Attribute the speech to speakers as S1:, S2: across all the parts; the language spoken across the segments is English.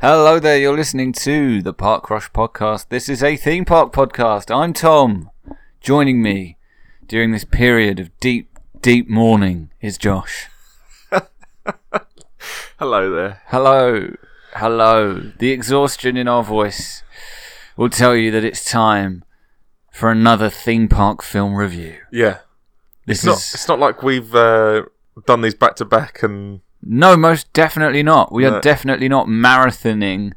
S1: Hello there, you're listening to the Park Rush podcast. This is a theme park podcast. I'm Tom. Joining me during this period of deep, deep mourning is Josh.
S2: Hello there.
S1: Hello. Hello. The exhaustion in our voice will tell you that it's time for another theme park film review.
S2: Yeah,
S1: This
S2: it's not.
S1: is
S2: It's not like we've uh, done these back to back, and
S1: No, most definitely not. We are
S2: No.
S1: definitely not marathoning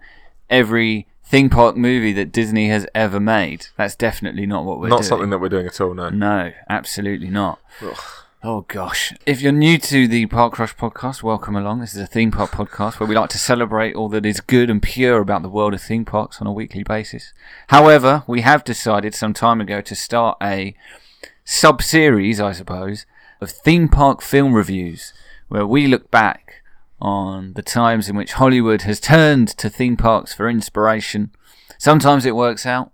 S1: every theme park movie that Disney has ever made. That's definitely not what we're
S2: not
S1: doing.
S2: something that we're doing at all. No.
S1: No, absolutely not.
S2: Ugh.
S1: Oh gosh. If you're new to the Park Rush podcast, welcome along. This is a theme park podcast where we like to celebrate all that is good and pure about the world of theme parks on a weekly basis. However, we have decided some time ago to start a sub series, I suppose, of theme park film reviews where we look back on the times in which Hollywood has turned to theme parks for inspiration. Sometimes it works out,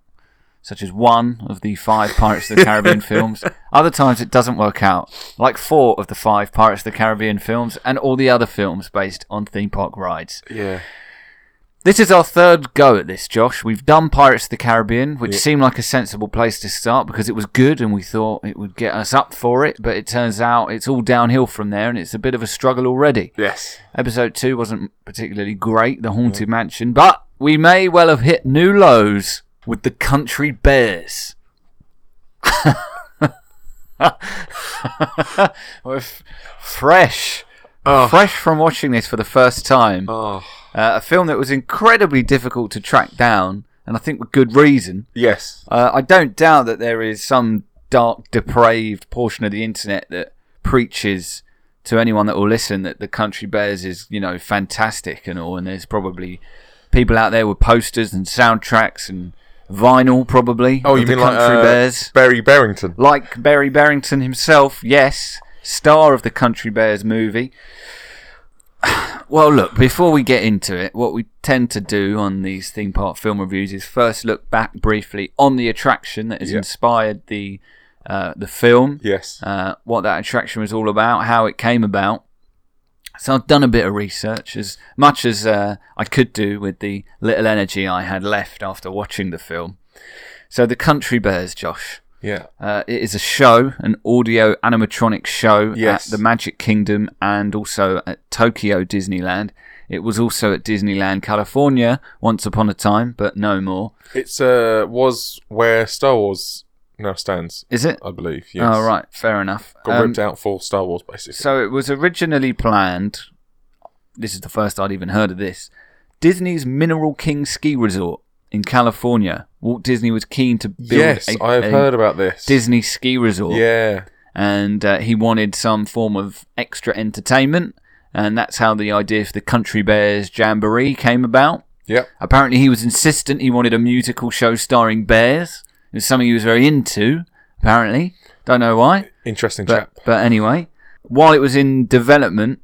S1: such as one of the five Pirates of the Caribbean films. Other times it doesn't work out, like four of the five Pirates of the Caribbean films and all the other films based on theme park rides.
S2: Yeah.
S1: This is our third go at this, Josh. We've done Pirates of the Caribbean, which seemed like a sensible place to start because it was good and we thought it would get us up for it, but it turns out it's all downhill from there and it's a bit of a struggle already.
S2: Yes.
S1: Episode 2 wasn't particularly great, The Haunted Mansion, but we may well have hit new lows with The Country Bears. We're f- fresh.
S2: Oh.
S1: Fresh from watching this for the first time.
S2: Oh.
S1: Uh, a film that was incredibly difficult to track down, and I think with good reason.
S2: Yes.
S1: Uh, I don't doubt that there is some dark, depraved portion of the internet that preaches to anyone that will listen that the Country Bears is, you know, fantastic and all. And there's probably people out there with posters and soundtracks and vinyl, probably.
S2: Oh,
S1: of
S2: you
S1: the
S2: mean like
S1: Country
S2: uh,
S1: Bears?
S2: Barry Barrington?
S1: Like Barry Barrington himself, yes, star of the Country Bears movie. Well, look, before we get into it, what we tend to do on these theme park film reviews is first look back briefly on the attraction that has
S2: Yeah.
S1: inspired the uh, the film,
S2: Yes.
S1: uh, what that attraction was all about, how it came about. So I've done a bit of research, as much as uh, I could do with the little energy I had left after watching the film. So the Country Bears, Josh.
S2: yeah.
S1: Uh, it is a show, an audio animatronic show
S2: Yes.
S1: at the Magic Kingdom and also at Tokyo Disneyland. It was also at Disneyland California once upon a time, but no more.
S2: It's uh was where Star Wars now stands,
S1: Is it?
S2: I believe. Yes.
S1: Oh, right, fair enough.
S2: Got
S1: Um,
S2: ripped out for Star Wars, basically.
S1: So it was originally planned. This is the first I'd even heard of this. Disney's Mineral King Ski Resort in California. Walt Disney was keen to build
S2: yes,
S1: a,
S2: I have
S1: a
S2: heard about this.
S1: Disney ski resort.
S2: Yeah.
S1: and uh, he wanted some form of extra entertainment, and that's how the idea for the Country Bears Jamboree came about.
S2: Yep.
S1: Apparently, he was insistent he wanted a musical show starring bears. It was something he was very into, apparently. Don't know why,
S2: Interesting
S1: but,
S2: chap.
S1: but anyway. While it was in development,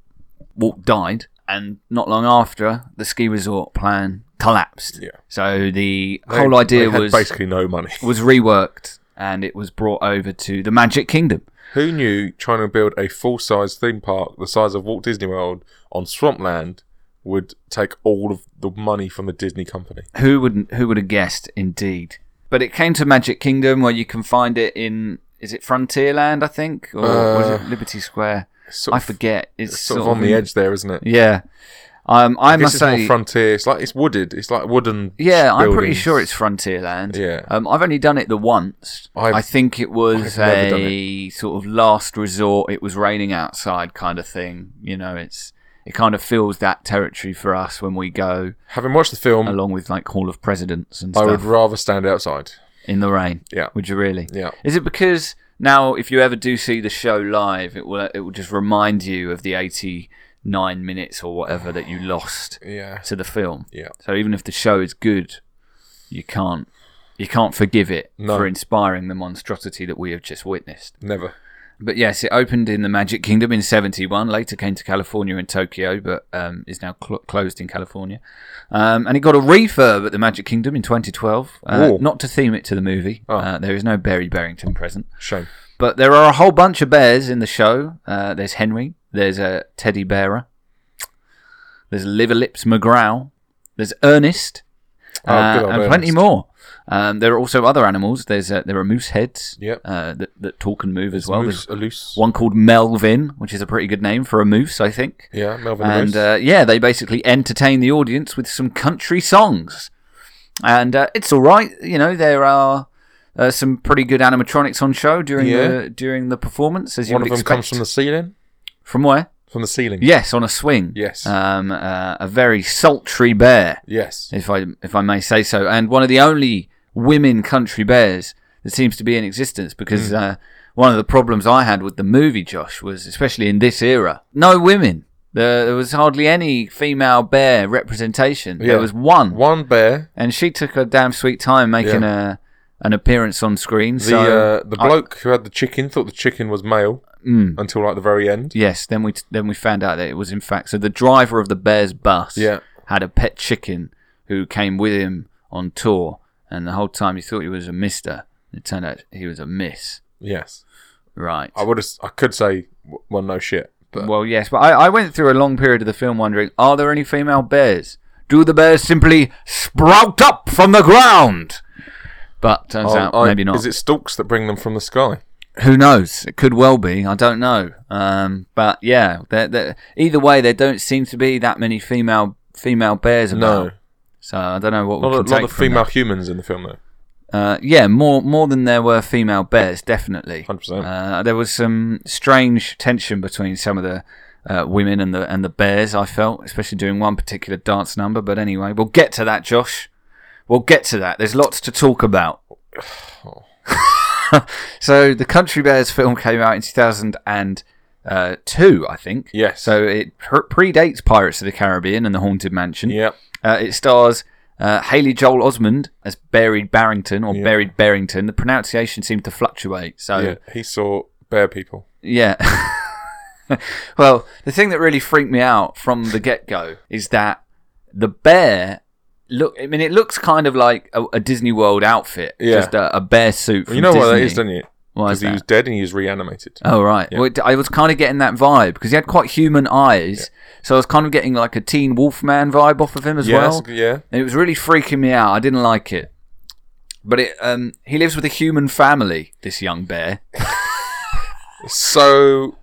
S1: Walt died, and not long after, the ski resort plan collapsed.
S2: Yeah.
S1: So the
S2: They-
S1: whole idea
S2: they had
S1: was
S2: basically no money.
S1: was reworked, and it was brought over to the Magic Kingdom.
S2: Who knew trying to build a full size theme park the size of Walt Disney World on swampland would take all of the money from the Disney company?
S1: Who would who would have guessed? Indeed. But it came to Magic Kingdom, where you can find it in is it Frontierland, I think, or was it Liberty Square?
S2: It's Uh, Sort
S1: I
S2: of,
S1: forget. It's
S2: it's sort of on the
S1: in-
S2: edge there, isn't it?
S1: Yeah. Um, I
S2: this
S1: must
S2: is
S1: say,
S2: more frontier. It's like it's wooded. It's like wooden.
S1: yeah, I'm pretty
S2: buildings.
S1: sure it's Frontierland.
S2: Yeah.
S1: Um, I've only done it the once.
S2: I've-
S1: I think it was
S2: I've never done
S1: a sort of last resort. It was raining outside, kind of thing. You know, it's it kind of fills that territory for us when we go
S2: Having watched the film,
S1: along with like Hall of Presidents and
S2: I
S1: stuff
S2: would rather stand outside.
S1: in the rain.
S2: Yeah,
S1: Would you really?
S2: yeah.
S1: Is it because now, if you ever do see the show live, it will it will just remind you of the eighty nine minutes or whatever that you lost
S2: Yeah,
S1: to the film?
S2: yeah.
S1: So even if the show is good, you can't you can't forgive it
S2: No.
S1: for inspiring the monstrosity that we have just witnessed.
S2: Never.
S1: But yes, it opened in the Magic Kingdom in seventy one. Later came to California and Tokyo, but um, is now cl- closed in California. Um, and it got a refurb at the Magic Kingdom in twenty twelve. Uh,
S2: Ooh.
S1: not to theme it to the movie.
S2: Oh.
S1: Uh, there is no Barry Barrington present.
S2: Shame.
S1: But there are a whole bunch of bears in the show. Uh, there's Henry. There's a teddy bearer. There's Liverlips McGraw. There's Ernest.
S2: Oh,
S1: uh,
S2: good old
S1: and plenty
S2: Ernest.
S1: more. Um, there are also other animals. There's uh, there are moose heads
S2: Yep.
S1: uh, that, that talk and move as well.
S2: Moose,
S1: There's
S2: a loose.
S1: one called Melvin, which is a pretty good name for a moose, I think.
S2: Yeah, Melvin the
S1: And
S2: Moose.
S1: uh, yeah, they basically entertain the audience with some country songs, and uh, it's all right. You know, there are uh, some pretty good animatronics on show during
S2: Yeah.
S1: the during the performance, as you
S2: One of
S1: would
S2: them
S1: expect.
S2: comes from the ceiling.
S1: From where?
S2: From the ceiling.
S1: Yes, on a swing.
S2: Yes.
S1: um, uh, a very sultry bear,
S2: Yes.
S1: if I if I may say so, and one of the only women country bears that seems to be in existence. Because
S2: Hmm.
S1: uh, one of the problems I had with the movie, Josh, was especially in this era, no women. There, there was hardly any female bear representation.
S2: Yeah.
S1: There was one,
S2: One bear.
S1: and she took her damn sweet time making a an appearance on screen.
S2: The
S1: so
S2: uh, the bloke who had the chicken thought the chicken was male
S1: Mm.
S2: until like the very end.
S1: Yes, then we then we found out that it was in fact so the driver of the Bears bus
S2: Yeah.
S1: had a pet chicken who came with him on tour, and the whole time he thought he was a Mister. It turned out he was a Miss.
S2: Yes.
S1: Right.
S2: I would have. I could say w- well, no shit, Oh, but
S1: Well, yes, but I, I went through a long period of the film wondering: Are there any female bears? Do the bears simply sprout up from the ground? But turns
S2: Oh,
S1: out
S2: I-
S1: maybe not.
S2: Is it stalks that bring them from the sky?
S1: Who knows? It could well be. I don't know. Um, but yeah, they're, they're, either way, there don't seem to be that many female female bears about.
S2: No,
S1: So I don't know what
S2: a
S1: we
S2: lot,
S1: can
S2: of- lot
S1: take
S2: of
S1: from
S2: female humans in the film though.
S1: that. Uh, yeah, more more than there were female bears, definitely.
S2: 100%.
S1: Uh, there was some strange tension between some of the uh, women and the and the bears. I felt, especially doing one particular dance number. But anyway, we'll get to that, Josh. We'll get to that. There's lots to talk about. so the Country Bears film came out in 2002, I think.
S2: Yes.
S1: So it pr- predates Pirates of the Caribbean and The Haunted Mansion.
S2: Yep.
S1: Uh, it stars uh, Haley Joel Osmond as Buried Barrington or Buried Barrington. The pronunciation seemed to fluctuate. So
S2: Yeah, he saw bear people.
S1: yeah. well, the thing that really freaked me out from the get go is that the bear look. I mean, it looks kind of like a, a Disney World outfit,
S2: Yeah.
S1: just a, a bear suit. From
S2: You know
S1: Disney.
S2: why that is, don't you?
S1: Why is
S2: Because he
S1: that?
S2: was dead and he was reanimated.
S1: Oh right. Well, it- I was kind of getting that vibe because he had quite human eyes, so I was kind of getting like a Teen Wolfman vibe off of him as
S2: yeah,
S1: well.
S2: that's- yeah.
S1: And it was really freaking me out. I didn't like it. But it, um, he lives with a human family. This young bear.
S2: It's so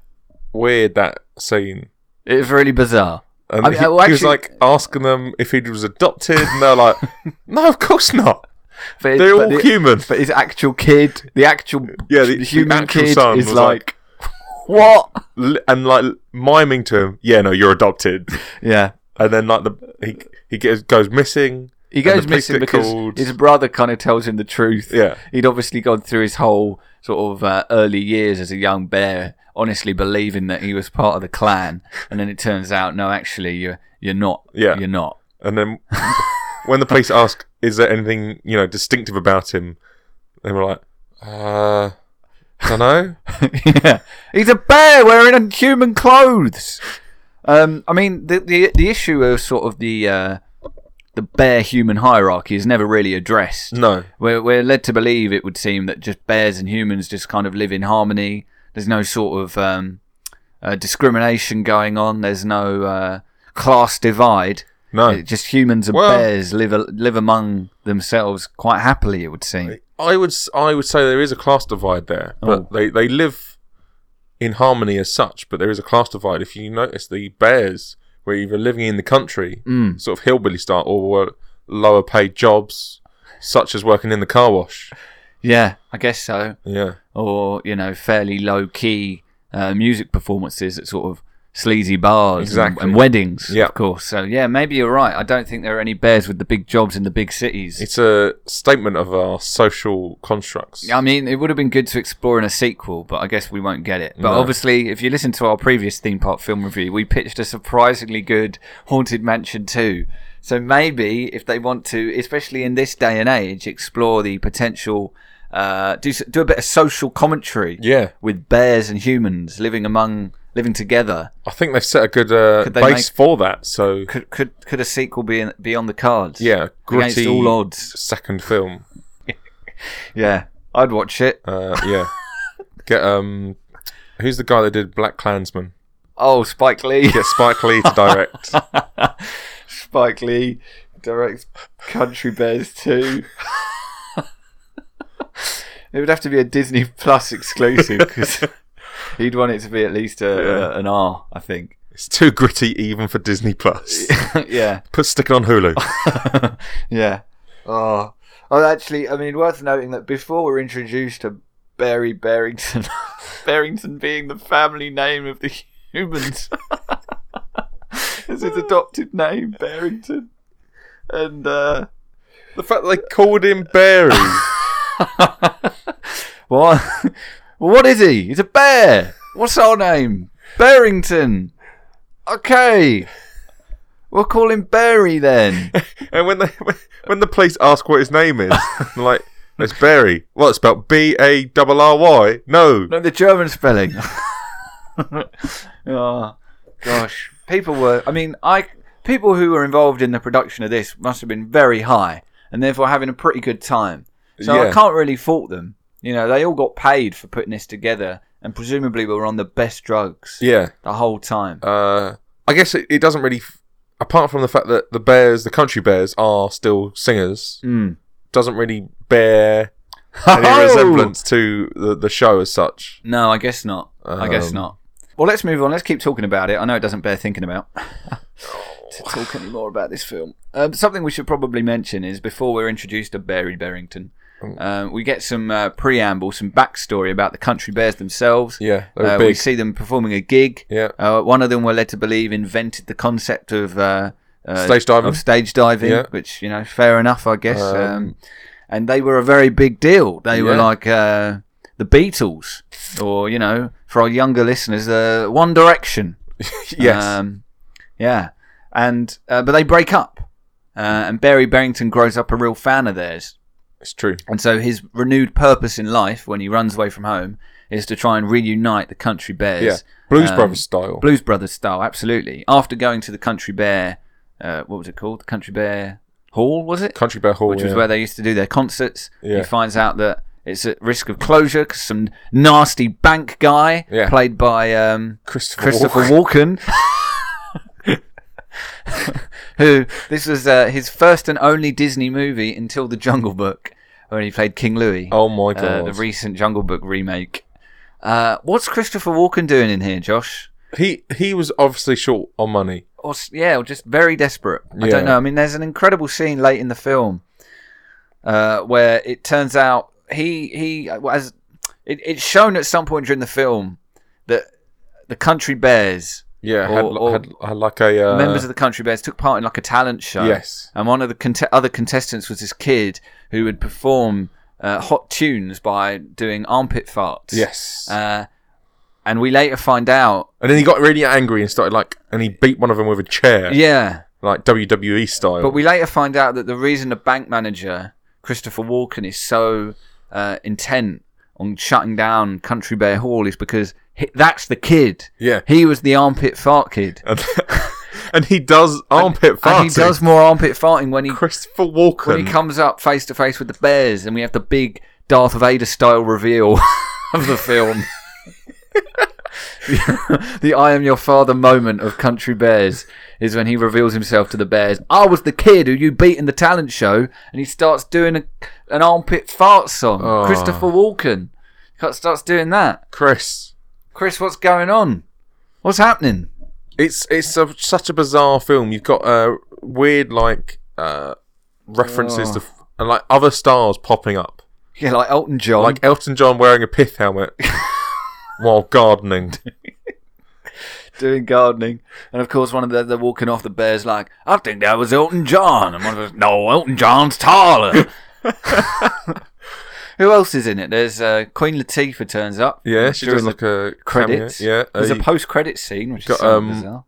S2: weird that scene.
S1: It was really bizarre.
S2: And
S1: I mean,
S2: he,
S1: well,
S2: he was
S1: actually-
S2: like asking them if he was adopted, and they're like, "No, of course not.
S1: But it-
S2: They're
S1: but
S2: all
S1: the-
S2: human."
S1: But his actual kid, the actual
S2: Yeah, the-
S1: the human
S2: the actual
S1: kid,
S2: son
S1: is
S2: was
S1: like,
S2: like-
S1: what?
S2: Li- and like miming to him, "Yeah, no, you're adopted."
S1: Yeah,
S2: and then like the he he gets, goes missing.
S1: he
S2: and the
S1: goes
S2: police
S1: missing
S2: get
S1: because
S2: called.
S1: his brother kind of tells him the truth.
S2: Yeah.
S1: he'd obviously gone through his whole sort of uh, early years as a young bear, honestly believing that he was part of the clan, and then it turns out, no, actually, you're you're not.
S2: Yeah.
S1: you're not.
S2: and then when the police ask, "Is there anything you know distinctive about him?" they were like, "Uh, I don't know."
S1: yeah, he's a bear wearing human clothes. Um, I mean, the, the the issue of sort of the uh, the bear human hierarchy is never really addressed.
S2: no,
S1: We're, we're led to believe it would seem that just bears and humans just kind of live in harmony. There's no sort of um, uh, discrimination going on. There's no uh, class divide.
S2: no.
S1: It- just humans and
S2: Well-
S1: bears live a- live among themselves quite happily. It would seem.
S2: I would s- I would say there is a class divide there, but
S1: Oh.
S2: they they live in harmony as such. But there is a class divide. If you notice, the bears were either living in the country,
S1: Mm.
S2: sort of hillbilly style, or were lower paid jobs, such as working in the car wash.
S1: Yeah, I guess so.
S2: Yeah.
S1: or you know fairly low key uh, music performances at sort of sleazy bars
S2: Exactly.
S1: and, and weddings
S2: Yeah.
S1: of course so yeah maybe you're right i don't think there are any bears with the big jobs in the big cities
S2: It's a statement of our social constructs.
S1: i mean it would have been good to explore in a sequel but i guess we won't get it but
S2: No.
S1: obviously if you listen to our previous theme park film review we pitched a surprisingly good haunted mansion 2 so maybe if they want to especially in this day and age explore the potential uh, do, s- do a bit of social commentary
S2: Yeah,
S1: with bears and humans living among living together.
S2: I think they've set a good uh,
S1: Could they
S2: base
S1: make-
S2: for that. So
S1: Could could could a sequel be in, be on the cards?
S2: yeah,
S1: against
S2: gritty
S1: all odds.
S2: second film.
S1: Yeah, I'd watch it.
S2: Uh, yeah, get um, who's the guy that did Black Klansman?
S1: Oh, Spike Lee.
S2: Get Spike Lee to direct.
S3: Spike Lee directs Country Bears 2. it would have to be a Disney Plus exclusive because he'd want it to be at least a, a- an R, I think.
S2: It's too gritty even for Disney Plus.
S3: yeah.
S2: Put stick it on Hulu.
S3: yeah. Oh. oh, actually, I mean, worth noting that before we're introduced to Barry Barrington, Barrington being the family name of the humans, it's his adopted name, Barrington, and uh,
S2: the fact that they called him Barry.
S1: What? what is he? He's a bear. What's our name? Barrington. Okay. We'll call him Barry then.
S2: and when they when the police ask what his name is, they're like it's Barry. Well, it's spelled B A R R Y. No.
S1: no, the German spelling. oh, gosh. People were. I mean, I people who were involved in the production of this must have been very high, and therefore having a pretty good time. So I
S2: Yeah.
S1: can't really fault them. You know, they all got paid for putting this together, and presumably were on the best drugs
S2: Yeah.
S1: the whole time.
S2: Uh, I guess it, it doesn't really. F- apart from the fact that the Bears, the Country Bears, are still singers,
S1: Mm.
S2: doesn't really bear any
S1: Oh!
S2: resemblance to the, the show as such.
S1: No, I guess not. I guess
S2: Um,
S1: not. Well, let's move on. Let's keep talking about it. I know it doesn't bear thinking about to talk any more about this film. Um, something we should probably mention is before we're introduced to Barry Barrington,
S2: Oh.
S1: um, we get some uh, preamble, some backstory about the Country Bears themselves.
S2: Yeah, they were
S1: uh, we
S2: big.
S1: see them performing a gig.
S2: Yeah.
S1: uh, one of them we're led to believe invented the concept of uh, uh,
S2: Stage diving.
S1: Of stage diving,
S2: Um, Yeah.
S1: which you know, fair enough, I guess. Um,
S2: Um,
S1: and they were a very big deal. They were
S2: Yeah.
S1: like uh, the Beatles, or you know, for our younger listeners, uh, One Direction.
S2: Yes.
S1: Um, yeah. And uh, but they break up, uh, and Barry Barrington grows up a real fan of theirs,
S2: it's true.
S1: and so his renewed purpose in life, when he runs away from home, is to try and reunite the Country Bears.
S2: Yeah. Blues
S1: um,
S2: Brothers style.
S1: Blues Brothers style, absolutely. After going to the Country Bear, uh, what was it called? The Country Bear Hall, was it?
S2: Country Bear Hall.
S1: Which was
S2: yeah.
S1: where they used to do their concerts. He
S2: Yeah.
S1: finds out that it's at risk of closure because some nasty bank guy,
S2: Yeah.
S1: played by um,
S2: Christopher,
S1: Christopher
S2: Walken.
S1: Walken. who this was uh, his first and only Disney movie until The Jungle Book, when he played King Louis.
S2: Oh my god.
S1: uh, the recent Jungle Book remake. Uh, what's Christopher Walken doing in here, Josh?
S2: he he was obviously short on money.
S1: or s- yeah, or just very desperate. I
S2: Yeah.
S1: don't know. I mean, there's an incredible scene late in the film uh, where it turns out he he uh, as it, it's shown at some point during the film that the Country Bears
S2: Yeah,
S1: Or-
S2: had,
S1: or-
S2: had, had like a uh,
S1: members of the Country Bears took part in like a talent show.
S2: Yes.
S1: and one of the cont- other contestants was this kid who would perform uh, hot tunes by doing armpit farts.
S2: yes.
S1: uh, and we later find out.
S2: and then he got really angry and started like, and he beat one of them with a chair,
S1: Yeah.
S2: like WWE style.
S1: But we later find out that the reason the bank manager, Christopher Walken, is so uh, intent on shutting down Country Bear Hall is because he, that's the kid.
S2: yeah,
S1: He was the armpit fart kid.
S2: and, and he does armpit farting.
S1: And he does more armpit farting when he
S2: Christopher Walken.
S1: when he comes up face to face with the bears, and we have the big Darth Vader style reveal of the film. the I am your father moment of Country Bears is when he reveals himself to the bears. I was the kid who you beat in the talent show, and he starts doing a, an armpit fart song.
S2: Oh.
S1: Christopher Walken starts doing that.
S2: Chris,
S1: Chris, what's going on? What's happening?
S2: it's it's a, such a bizarre film. You've got uh, weird like uh, references
S1: Oh.
S2: to f- and like other stars popping up,
S1: Yeah, like Elton John.
S2: like Elton John wearing a pith helmet while gardening.
S1: doing gardening. And of course, one of the, they're walking off the bears like, I think that was Elton John. And one of us, no, Elton John's taller. Who else is in it? There's uh, Queen Latifah turns up.
S2: Yeah, she
S1: During
S2: does
S1: the
S2: like a
S1: credits.
S2: cameo. Yeah,
S1: There's a
S2: a
S1: post-credit scene, which
S2: got,
S1: is so
S2: um,
S1: bizarre.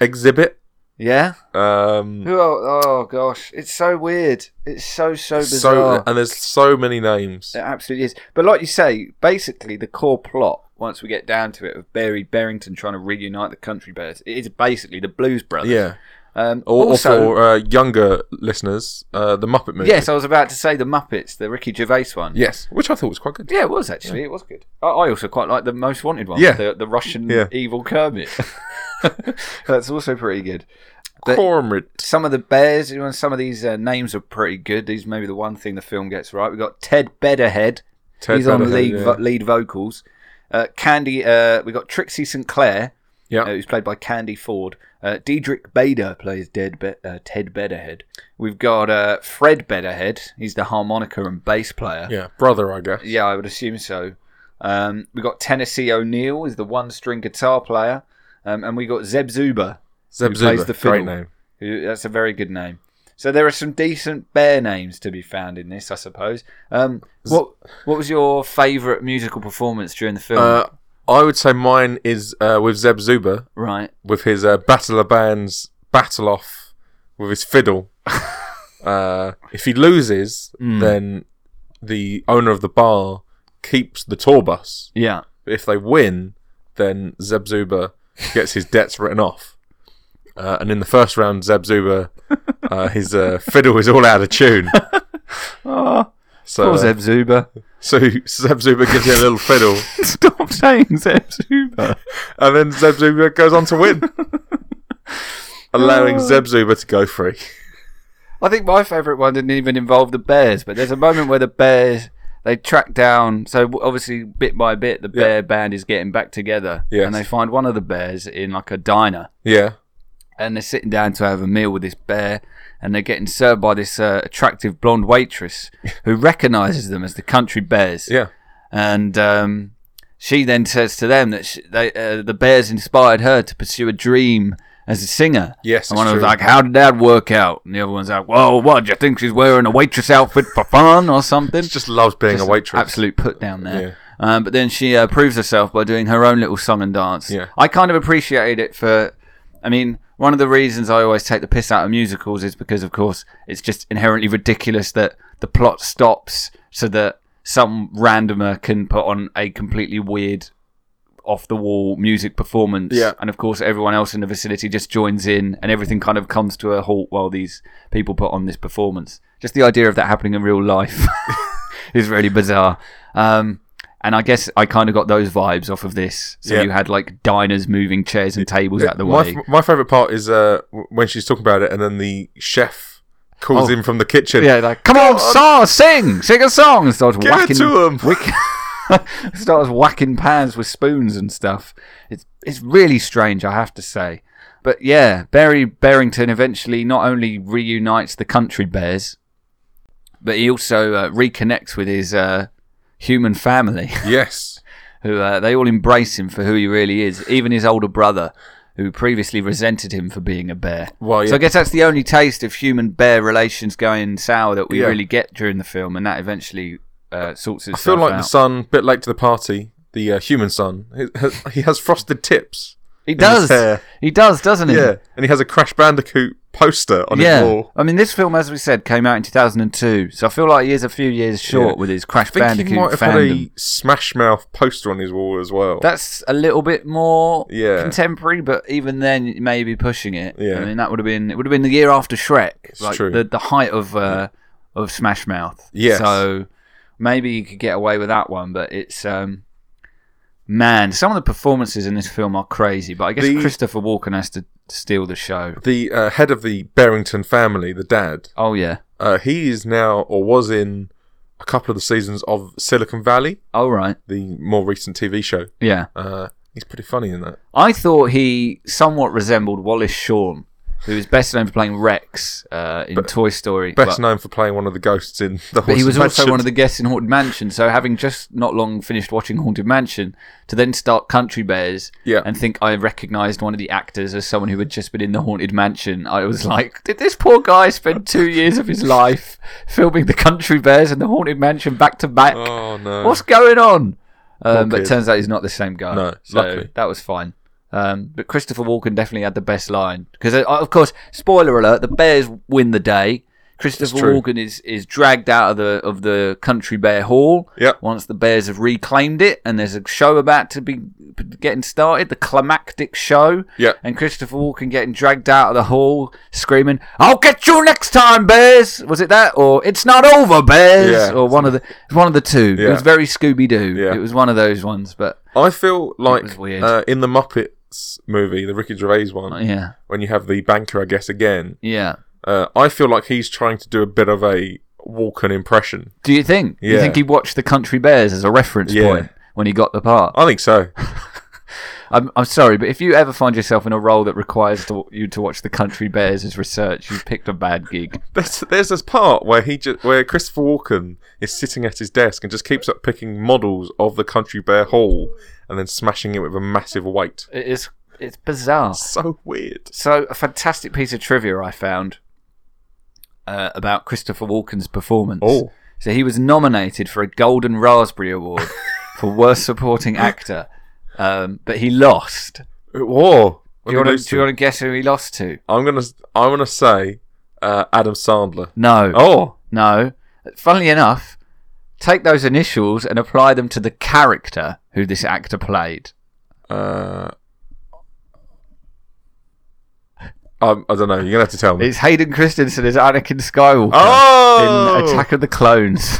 S2: exhibit.
S1: Yeah.
S2: Um,
S1: Who? el oh gosh, it's so weird. It's so so bizarre.
S2: so uh, and there's so many names.
S1: It absolutely is. But like you say, basically the core plot, once we get down to it, of Barry Barrington trying to reunite the Country Bears, it is basically the Blues Brothers.
S2: Yeah.
S1: Um,
S2: Or,
S1: also,
S2: or for uh, younger listeners, uh, the Muppet movie.
S1: Yes, I was about to say the Muppets, the Ricky Gervais one.
S2: Yes, which I thought was quite good.
S1: Yeah, it was actually. It was good. I, I also quite like the Most Wanted one.
S2: Yeah.
S1: The, the Russian
S2: Yeah.
S1: evil Kermit. That's also pretty good. But-
S2: Cormorant.
S1: Some of the bears, you know, some of these uh, names are pretty good. These maybe the one thing the film gets right. We've got Ted Bedderhead.
S2: Ted
S1: He's on
S2: Bedderhead,
S1: lead,
S2: yeah.
S1: vo- lead vocals. Uh, Candy, uh, we got Trixie St. Clair,
S2: Yeah.
S1: uh, who's played by Candy Ford. Uh, Diedrich Bader plays Dead Be- uh, Ted Bedderhead. We've got uh, Fred Bedderhead. He's the harmonica and bass player.
S2: yeah. Brother, I guess.
S1: Yeah, I would assume so. Um, we got Tennessee O'Neill is the one string guitar player, um, and we got Zeb Zuba.
S2: Zeb
S1: Who plays
S2: Zuba,
S1: the
S2: Great
S1: fiddle.
S2: name.
S1: Who, that's a very good name. So there are some decent bear names to be found in this, I suppose. Um, what What was your favourite musical performance during the film?
S2: Uh, I would say mine is uh, with Zeb Zuba
S1: right,
S2: with his uh, Battle of Bands battle off with his fiddle. uh, if he loses, then the owner of the bar keeps the tour bus.
S1: yeah,
S2: If they win, then Zeb Zuba gets his debts written off. Uh, and in the first round, Zeb Zuba, uh, his uh, fiddle is all out of tune. so, uh,
S1: or Zeb Zuba.
S2: so Zeb Zuba gives you a little fiddle,
S1: Stop saying Zeb Zuba.
S2: and then Zeb Zuba goes on to win,
S1: Oh.
S2: allowing Zeb Zuba to go free.
S1: I think my favourite one didn't even involve the bears, but there's a moment where the bears they track down. So w- obviously, bit by bit, the bear band is getting back together,
S2: Yes.
S1: and they find one of the bears in like a diner,
S2: Yeah,
S1: and they're sitting down to have a meal with this bear, and they're getting served by this uh, attractive blonde waitress who recognises them as the country bears.
S2: yeah,
S1: and um, she then says to them that she, they, uh, the bears inspired her to pursue a dream as a singer.
S2: Yes,
S1: and one
S2: it's
S1: was
S2: true.
S1: like, "How did that work out?" And the other one's like, "Well, what do you think she's wearing a waitress outfit for fun or something?"
S2: just loves being
S1: Just
S2: a waitress.
S1: absolute put down there. Um, but then she uh, proves herself by doing her own little song and dance.
S2: Yeah.
S1: I kind of appreciated it for. I mean, one of the reasons I always take the piss out of musicals is because, of course, it's just inherently ridiculous that the plot stops so that some randomer can put on a completely weird, off the wall music performance.
S2: Yeah.
S1: And of course, everyone else in the vicinity just joins in and everything kind of comes to a halt while these people put on this performance. Just the idea of that happening in real life is really bizarre. Um, and I guess I kind of got those vibes off of this. So
S2: Yeah.
S1: you had like diners moving chairs and tables out the
S2: my,
S1: way.
S2: f- my favorite part is uh, w- when she's talking about it, and then the chef calls
S1: Oh.
S2: in from the kitchen.
S1: yeah, like come on, sir, sing, sing a song. And starts
S2: Give
S1: whacking
S2: it to him.
S1: wick- starts whacking pans with spoons and stuff. It's it's really strange, I have to say. But yeah, Barry Barrington eventually not only reunites the country bears, but he also uh, reconnects with his uh, human family,
S2: Yes.
S1: who uh, they all embrace him for who he really is. Even his older brother, who previously resented him for being a bear.
S2: Well, yeah.
S1: So I guess that's the only taste of human bear relations going sour that we
S2: Yeah.
S1: really get during the film, and that eventually uh, sorts
S2: I
S1: itself
S2: feel like
S1: out.
S2: the son, bit late to the party, the uh, human son. He has, he has frosted tips.
S1: he
S2: his
S1: does,
S2: hair.
S1: he does, doesn't he?
S2: Yeah, and he has a Crash Bandicoot poster on
S1: Yeah.
S2: his wall.
S1: I mean, this film, as we said, came out in 2002, so I feel like he is a few years short
S2: Yeah.
S1: with his Crash
S2: I think
S1: Bandicoot
S2: he might have
S1: fandom.
S2: had a Smash Mouth poster on his wall as well.
S1: That's a little bit more
S2: Yeah.
S1: contemporary, but even then, maybe pushing it.
S2: Yeah.
S1: I mean, that would have been it. Would have been the year after Shrek, like
S2: true.
S1: the the height of uh, of Smash Mouth.
S2: Yes.
S1: So maybe you could get away with that one, but it's um, man, some of the performances in this film are crazy. But I guess
S2: The-
S1: Christopher Walken has to steal the show.
S2: the uh, head of the Barrington family, the dad,
S1: Oh yeah.
S2: uh, he is now or was in a couple of the seasons of Silicon Valley,
S1: All right.
S2: the more recent TV show.
S1: Yeah.
S2: Uh, he's pretty funny in that.
S1: I thought he somewhat resembled Wallace Shawn, who is best known for playing Rex uh, in Toy Story. but-
S2: Best known for playing one of the ghosts in the.
S1: But he was also one of the guests in Haunted Mansion. So having just not long finished watching Haunted Mansion, to then start Country Bears
S2: Yeah.
S1: and think I recognised one of the actors as someone who had just been in the Haunted Mansion, I was like, did this poor guy spend two years of his life filming the Country Bears and the Haunted Mansion back to back?
S2: Oh no!
S1: What's going on? Um, but
S2: kid.
S1: turns out he's not the same guy.
S2: No,
S1: so
S2: luckily.
S1: that was fine. Um, but Christopher Walken definitely had the best line because, uh, of course, spoiler alert: the Bears win the day. Christopher
S2: true.
S1: Walken is, is dragged out of the of the Country Bear Hall.
S2: Yep.
S1: Once the Bears have reclaimed it, and there's a show about to be getting started, the climactic show.
S2: Yeah.
S1: And Christopher Walken getting dragged out of the hall, screaming, "I'll get you next time, Bears!" Was it that, or "It's not over, Bears,"
S2: Yeah.
S1: or one of the one of the two? It
S2: Yeah.
S1: was very Scooby Doo.
S2: Yeah.
S1: It was one of those ones, but
S2: I feel like
S1: was weird. Oh,
S2: uh, in the Muppets Cats movie, the Ricky Gervais one,
S1: Yeah.
S2: when you have the banker, I guess, again.
S1: Yeah.
S2: Uh, I feel like he's trying to do a bit of a Walken impression.
S1: Do you think? Do You
S2: Yeah.
S1: think he watched the Country Bears as a reference
S2: Yeah.
S1: point when he got the part?
S2: I think so.
S1: I'm, I'm sorry, but if you ever find yourself in a role that requires to, you to watch the Country Bears as research, you've picked a bad gig.
S2: There's, there's this part where he ju- where Christopher Walken is sitting at his desk and just keeps up picking models of the Country Bear Hall and then smashing it with a massive weight.
S1: It is. It's bizarre.
S2: So weird.
S1: So, a fantastic piece of trivia I found uh, about Christopher Walken's performance.
S2: Oh.
S1: So, he was nominated for a Golden Raspberry Award for Worst Supporting Actor, um, but he lost.
S2: Uh, Whoa.
S1: Do you, want to, do you want to guess who he lost to?
S2: I'm gonna I want to say uh, Adam Sandler.
S1: No.
S2: Oh,
S1: No. Funnily enough, take those initials and apply them to the character who this actor played.
S2: uh, um, I don't know. You're gonna have to tell me.
S1: It's Hayden Christensen as Anakin Skywalker
S2: oh,
S1: in Attack of the Clones.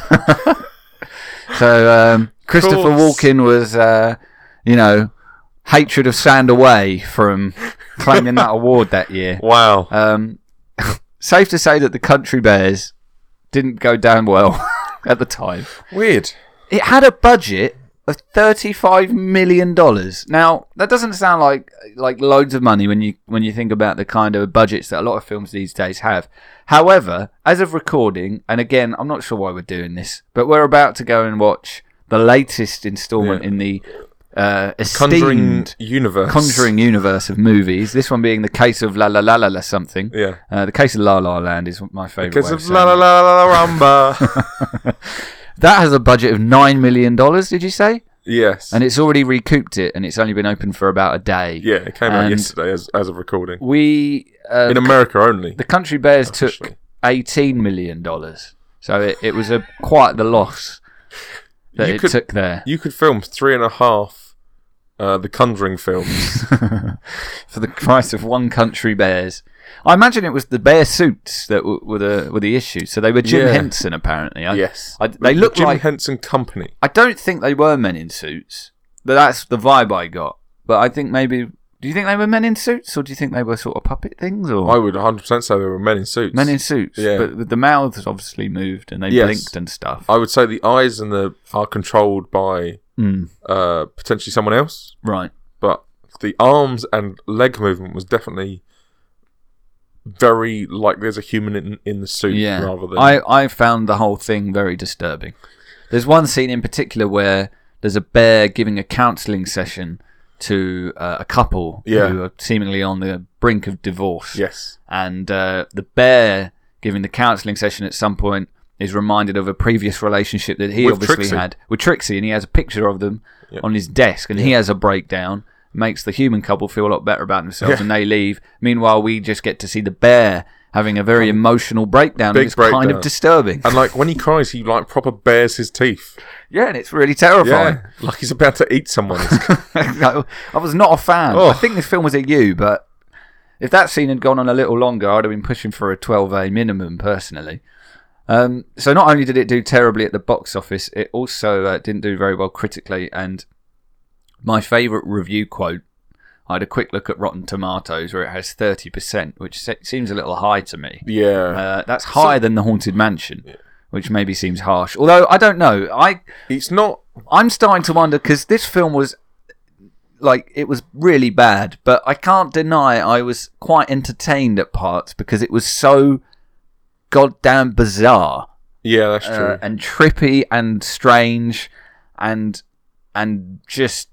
S1: so um, Christopher
S2: course.
S1: Walken was, uh, you know, hatred of sand away from claiming that award that year.
S2: wow.
S1: Um, safe to say that the Country Bears didn't go down well at the time.
S2: Weird.
S1: it had a budget of thirty-five million dollars. Now that doesn't sound like like loads of money when you when you think about the kind of budgets that a lot of films these days have. However, as of recording, and again, I'm not sure why we're doing this, but we're about to go and watch the latest installment
S2: Yeah.
S1: in the uh,
S2: Conjuring
S1: esteemed
S2: universe.
S1: Conjuring universe of movies. This one being the case of La La La La La something.
S2: Yeah.
S1: Uh, the case of La La Land is my favorite.
S2: Because of la la la la la rumba.
S1: That has a budget of nine million dollars. Did you say?
S2: yes.
S1: and it's already recouped it, and it's only been open for about a day.
S2: yeah, it came
S1: and-
S2: out yesterday as, as of recording.
S1: We uh,
S2: In America only.
S1: the Country Bears took
S2: Officially.
S1: eighteen million dollars, so it, it was a quite the loss that
S2: You
S1: it
S2: could-
S1: took there
S2: You could film three and a half uh, the Conjuring films.
S1: for the price of one Country Bears. I imagine it was the bear suits that w- were the were the issue. So they were Jim
S2: Yeah.
S1: Henson apparently. I,
S2: yes.
S1: I, they
S2: The
S1: looked
S2: Jim
S1: like
S2: Henson Company.
S1: I don't think they were men in suits. But that's the vibe I got. But I think maybe. Do you think they were men in suits, or do you think they were sort of puppet things? Or
S2: I would 100% say they were men in suits.
S1: Men in suits,
S2: Yeah.
S1: but the- the mouths obviously moved and they
S2: Yes.
S1: blinked and stuff.
S2: I would say the eyes and the are controlled by
S1: Mm,
S2: uh, potentially someone else,
S1: right.
S2: but the arms and leg movement was definitely very like there's a human in, in the suit
S1: Yeah.
S2: rather than
S1: I, I found the whole thing very disturbing. There's one scene in particular where there's a bear giving a counselling session to uh, a couple
S2: Yeah.
S1: who are seemingly on the brink of divorce.
S2: yes
S1: And uh, the bear giving the counselling session at some point is reminded of a previous relationship that he
S2: With
S1: obviously
S2: Trixie.
S1: had with Trixie, and he has a picture of them
S2: Yeah.
S1: on his desk, and he has a breakdown. Makes the human couple feel a lot better about themselves,
S2: Yeah.
S1: and they leave. Meanwhile, we just get to see the bear having a very emotional breakdown. and
S2: Um, Big
S1: it's kind of
S2: breakdown. Um,
S1: disturbing.
S2: and like when he cries he like proper bares his teeth
S1: yeah, and it's really terrifying.
S2: yeah like he's about to eat someone It's-
S1: I was not a fan. I
S2: Oh.
S1: think this film was a you, but if that scene had gone on a little longer, I'd have been pushing for a 12A minimum personally. Um, so not only did it do terribly at the box office, it also uh, didn't do very well critically. And my favourite review quote, I had a quick look at Rotten Tomatoes, where it has 30%, which se- seems a little high to me.
S2: yeah
S1: Uh, that's higher than The Haunted Mansion, which maybe seems harsh. Although, I don't know. I
S2: it's not
S1: I'm starting to wonder because this film was like it was really bad, but I can't deny I was quite entertained at parts because it was so goddamn bizarre
S2: yeah that's true
S1: uh, and trippy and strange and and just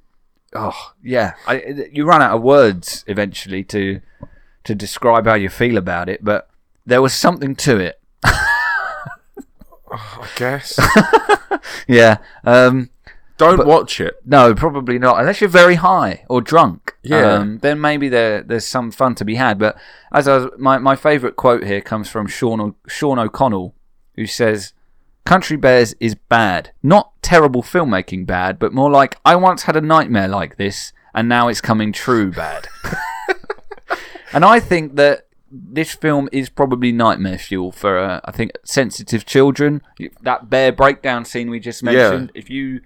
S1: oh yeah, I, you run out of words eventually to to describe how you feel about it, but there was something to it.
S2: i guess
S1: Yeah. Um,
S2: don't watch it
S1: No, probably not. Unless you're very high or drunk.
S2: Yeah.
S1: Um, then maybe there there's some fun to be had. But as I was, my my favourite quote here comes from Sean o- Sean O'Connell, who says, "Country Bears is bad. Not terrible filmmaking bad, but more like I once had a nightmare like this, and now it's coming true bad." and I think that. This film is probably nightmare fuel for, uh, I think, sensitive children. That bear breakdown scene we just mentioned. If you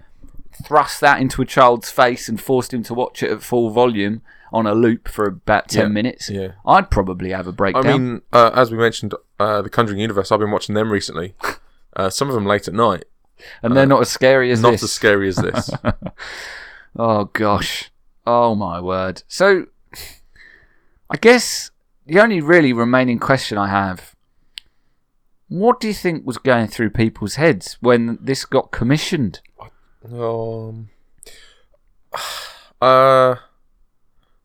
S1: thrust that into a child's face and forced him to watch it at full volume, on a loop for about 10
S2: Yeah,
S1: minutes,
S2: yeah.
S1: I'd probably have a
S2: I
S1: breakdown.
S2: mean, uh, as we mentioned, uh, the Conjuring universe. I've been watching them recently. Uh, some of them late at night.
S1: and they're not as scary as
S2: uh, Not
S1: this.
S2: as scary as this.
S1: Oh gosh. Oh my word. So I guess the only really remaining question I have what do you think was going through people's heads when this got commissioned?
S2: um, uh, they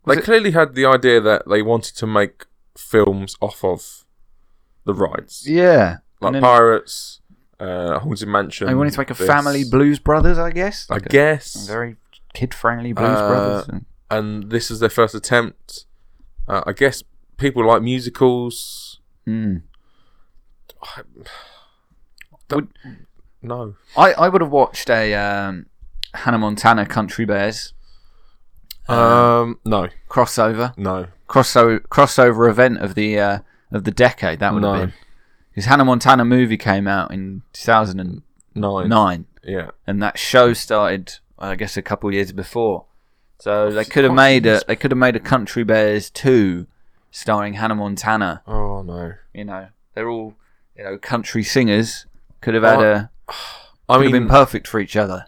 S1: Was it-
S2: clearly had the idea that they wanted to make films off of the rides,
S1: Yeah.
S2: like
S1: and then
S2: Pirates, uh, Haunted Mansion.
S1: they wanted to make a
S2: this.
S1: family Blues Brothers, I guess.
S2: I
S1: Like a-
S2: guess.
S1: very kid friendly Blues
S2: Uh,
S1: Brothers. And-
S2: and this is their first attempt. Uh, I guess people like musicals.
S1: Hmm.
S2: No,
S1: I, I would have watched a um, Hannah Montana Country Bears Uh,
S2: um, no,
S1: crossover.
S2: no.
S1: crossover crossover event of the uh, of the decade. That would
S2: No.
S1: have been his Hannah Montana movie came out in 2009,
S2: Nine. Yeah.
S1: and that show started, I guess, a couple of years before. So they could have made a they could have made a Country Bears two, starring Hannah Montana.
S2: Oh no.
S1: You know, they're all you know country singers. Could have had a
S2: I
S1: could have
S2: mean,
S1: been perfect for each other.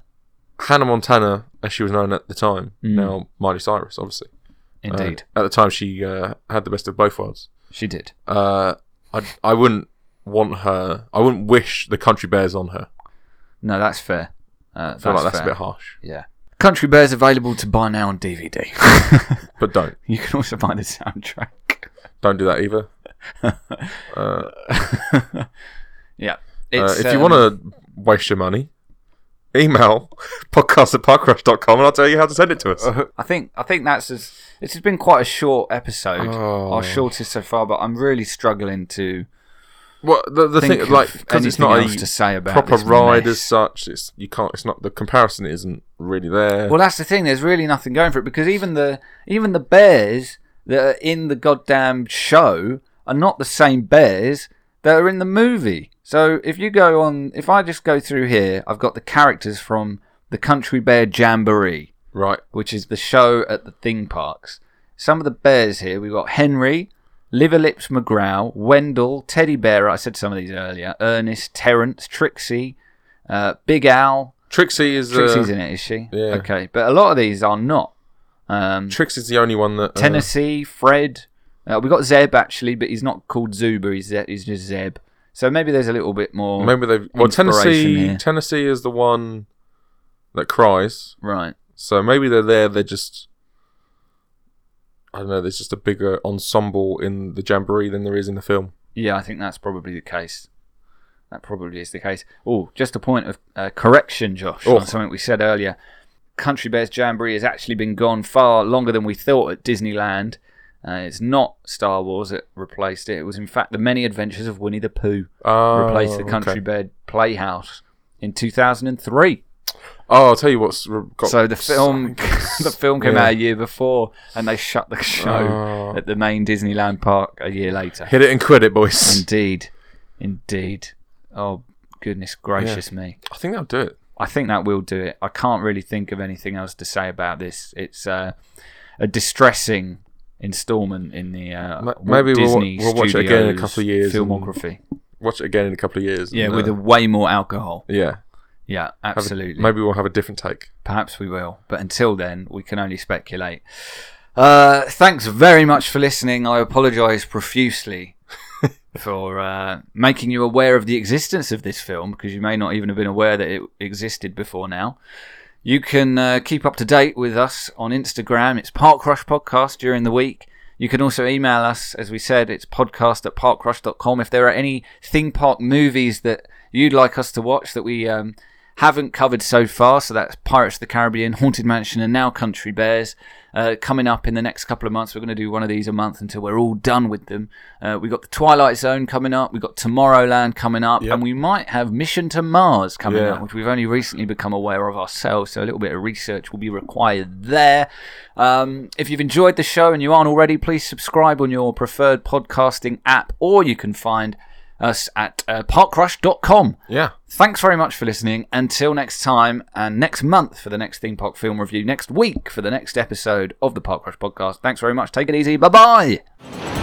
S2: Hannah Montana, as she was known at the time,
S1: Mm.
S2: now Miley Cyrus, obviously. Uh,
S1: Indeed,
S2: at the time, she uh, had the best of both worlds.
S1: she did.
S2: Uh, I I wouldn't want her. I wouldn't wish the country bears on her.
S1: No, that's fair. Uh,
S2: I feel
S1: that's
S2: like that's
S1: fair.
S2: a bit harsh,
S1: Yeah. Country Bears available to buy now on DVD.
S2: but don't
S1: You can also buy the soundtrack.
S2: don't do that either. uh,
S1: yeah.
S2: uh,
S1: It's,
S2: if you
S1: um,
S2: want to waste your money, email podcast at parkrush.com and I'll tell you how to send it to us.
S1: um, I think I think that's as this has been quite a short episode,
S2: Oh.
S1: our shortest so far. But I'm really struggling to
S2: well, the, the
S1: think
S2: thing, like, because it's not
S1: else to
S2: a
S1: say about
S2: proper
S1: this
S2: ride
S1: mess.
S2: as such. It's you can't. It's not the comparison isn't really there.
S1: Well, that's the thing. There's really nothing going for it because even the even the bears that are in the goddamn show are not the same bears that are in the movie. So if you go on, if I just go through here, I've got the characters from the Country Bear Jamboree.
S2: right.
S1: which is the show at the theme parks. Some of the bears here we've got Henry, Liverlips McGraw, Wendell, Teddy Bear. I said some of these earlier. Ernest, Terence, Trixie, uh, Big Al.
S2: Trixie is.
S1: Trixie's
S2: Uh,
S1: in it, is she?
S2: yeah.
S1: Okay, but a lot of these are not. Um,
S2: Trixie's the only one that. uh,
S1: Tennessee, Fred. Uh, we got Zeb actually, but he's not called Zuba. He's, Ze- he's just Zeb. So maybe there's a little bit more.
S2: Maybe they've well
S1: Inspiration
S2: Tennessee.
S1: here.
S2: Tennessee is the one that cries.
S1: Right.
S2: So maybe they're there. They're just I don't know. There's just a bigger ensemble in the jamboree than there is in the film.
S1: Yeah, I think that's probably the case. That probably is the case. Oh, just a point of uh, correction, Josh,
S2: Oh.
S1: on something we said earlier. Country Bears Jamboree has actually been gone far longer than we thought at Disneyland. Uh, it's not Star Wars that replaced it. It was, in fact, The Many Adventures of Winnie the Pooh
S2: Oh,
S1: replaced the Country
S2: okay.
S1: Bear Playhouse in 2003.
S2: Oh, I'll tell you what's re- got.
S1: so the film, the film came
S2: Yeah.
S1: out a year before, and they shut the show
S2: Oh.
S1: at the main Disneyland park a year later.
S2: hit it and quit it, boys.
S1: Indeed. Indeed. Oh, goodness gracious me.
S2: I think that'll do it.
S1: I think that will do it. I can't really think of anything else to say about this. It's uh, a distressing installment in the uh,
S2: Ma-
S1: Walt
S2: maybe we'll wa-
S1: Disney
S2: we'll watch it again in a
S1: Studios
S2: couple of years and-
S1: filmography.
S2: Watch it again in a couple of years.
S1: Yeah,
S2: and,
S1: with
S2: uh,
S1: a way more alcohol.
S2: yeah.
S1: Yeah,
S2: Have a-
S1: absolutely.
S2: maybe we'll have a different take.
S1: Perhaps we will. But until then, we can only speculate. Uh, thanks very much for listening. I apologise profusely for uh, making you aware of the existence of this film because you may not even have been aware that it existed before now. You can uh, keep up to date with us on Instagram. It's Park Rush Podcast during the week. You can also email us, as we said, it's podcast at parkrush.com. If there are any theme park movies that you'd like us to watch that we um, haven't covered so far, so that's Pirates of the Caribbean, Haunted Mansion, and now Country Bears. Uh, coming up in the next couple of months, we're going to do one of these a month until we're all done with them. Uh, we've got The Twilight Zone coming up, we've got Tomorrowland coming up,
S2: Yep.
S1: and we might have Mission to Mars coming
S2: Yeah.
S1: up, which we've only recently become aware of ourselves, so a little bit of research will be required there. Um, if you've enjoyed the show and you aren't already, please subscribe on your preferred podcasting app, or you can find us at uh, parkrush.com.
S2: Yeah.
S1: Thanks very much for listening. Until next time, and next month for the next theme park film review, next week for the next episode of the Park Rush podcast. Thanks very much. Take it easy. Bye bye.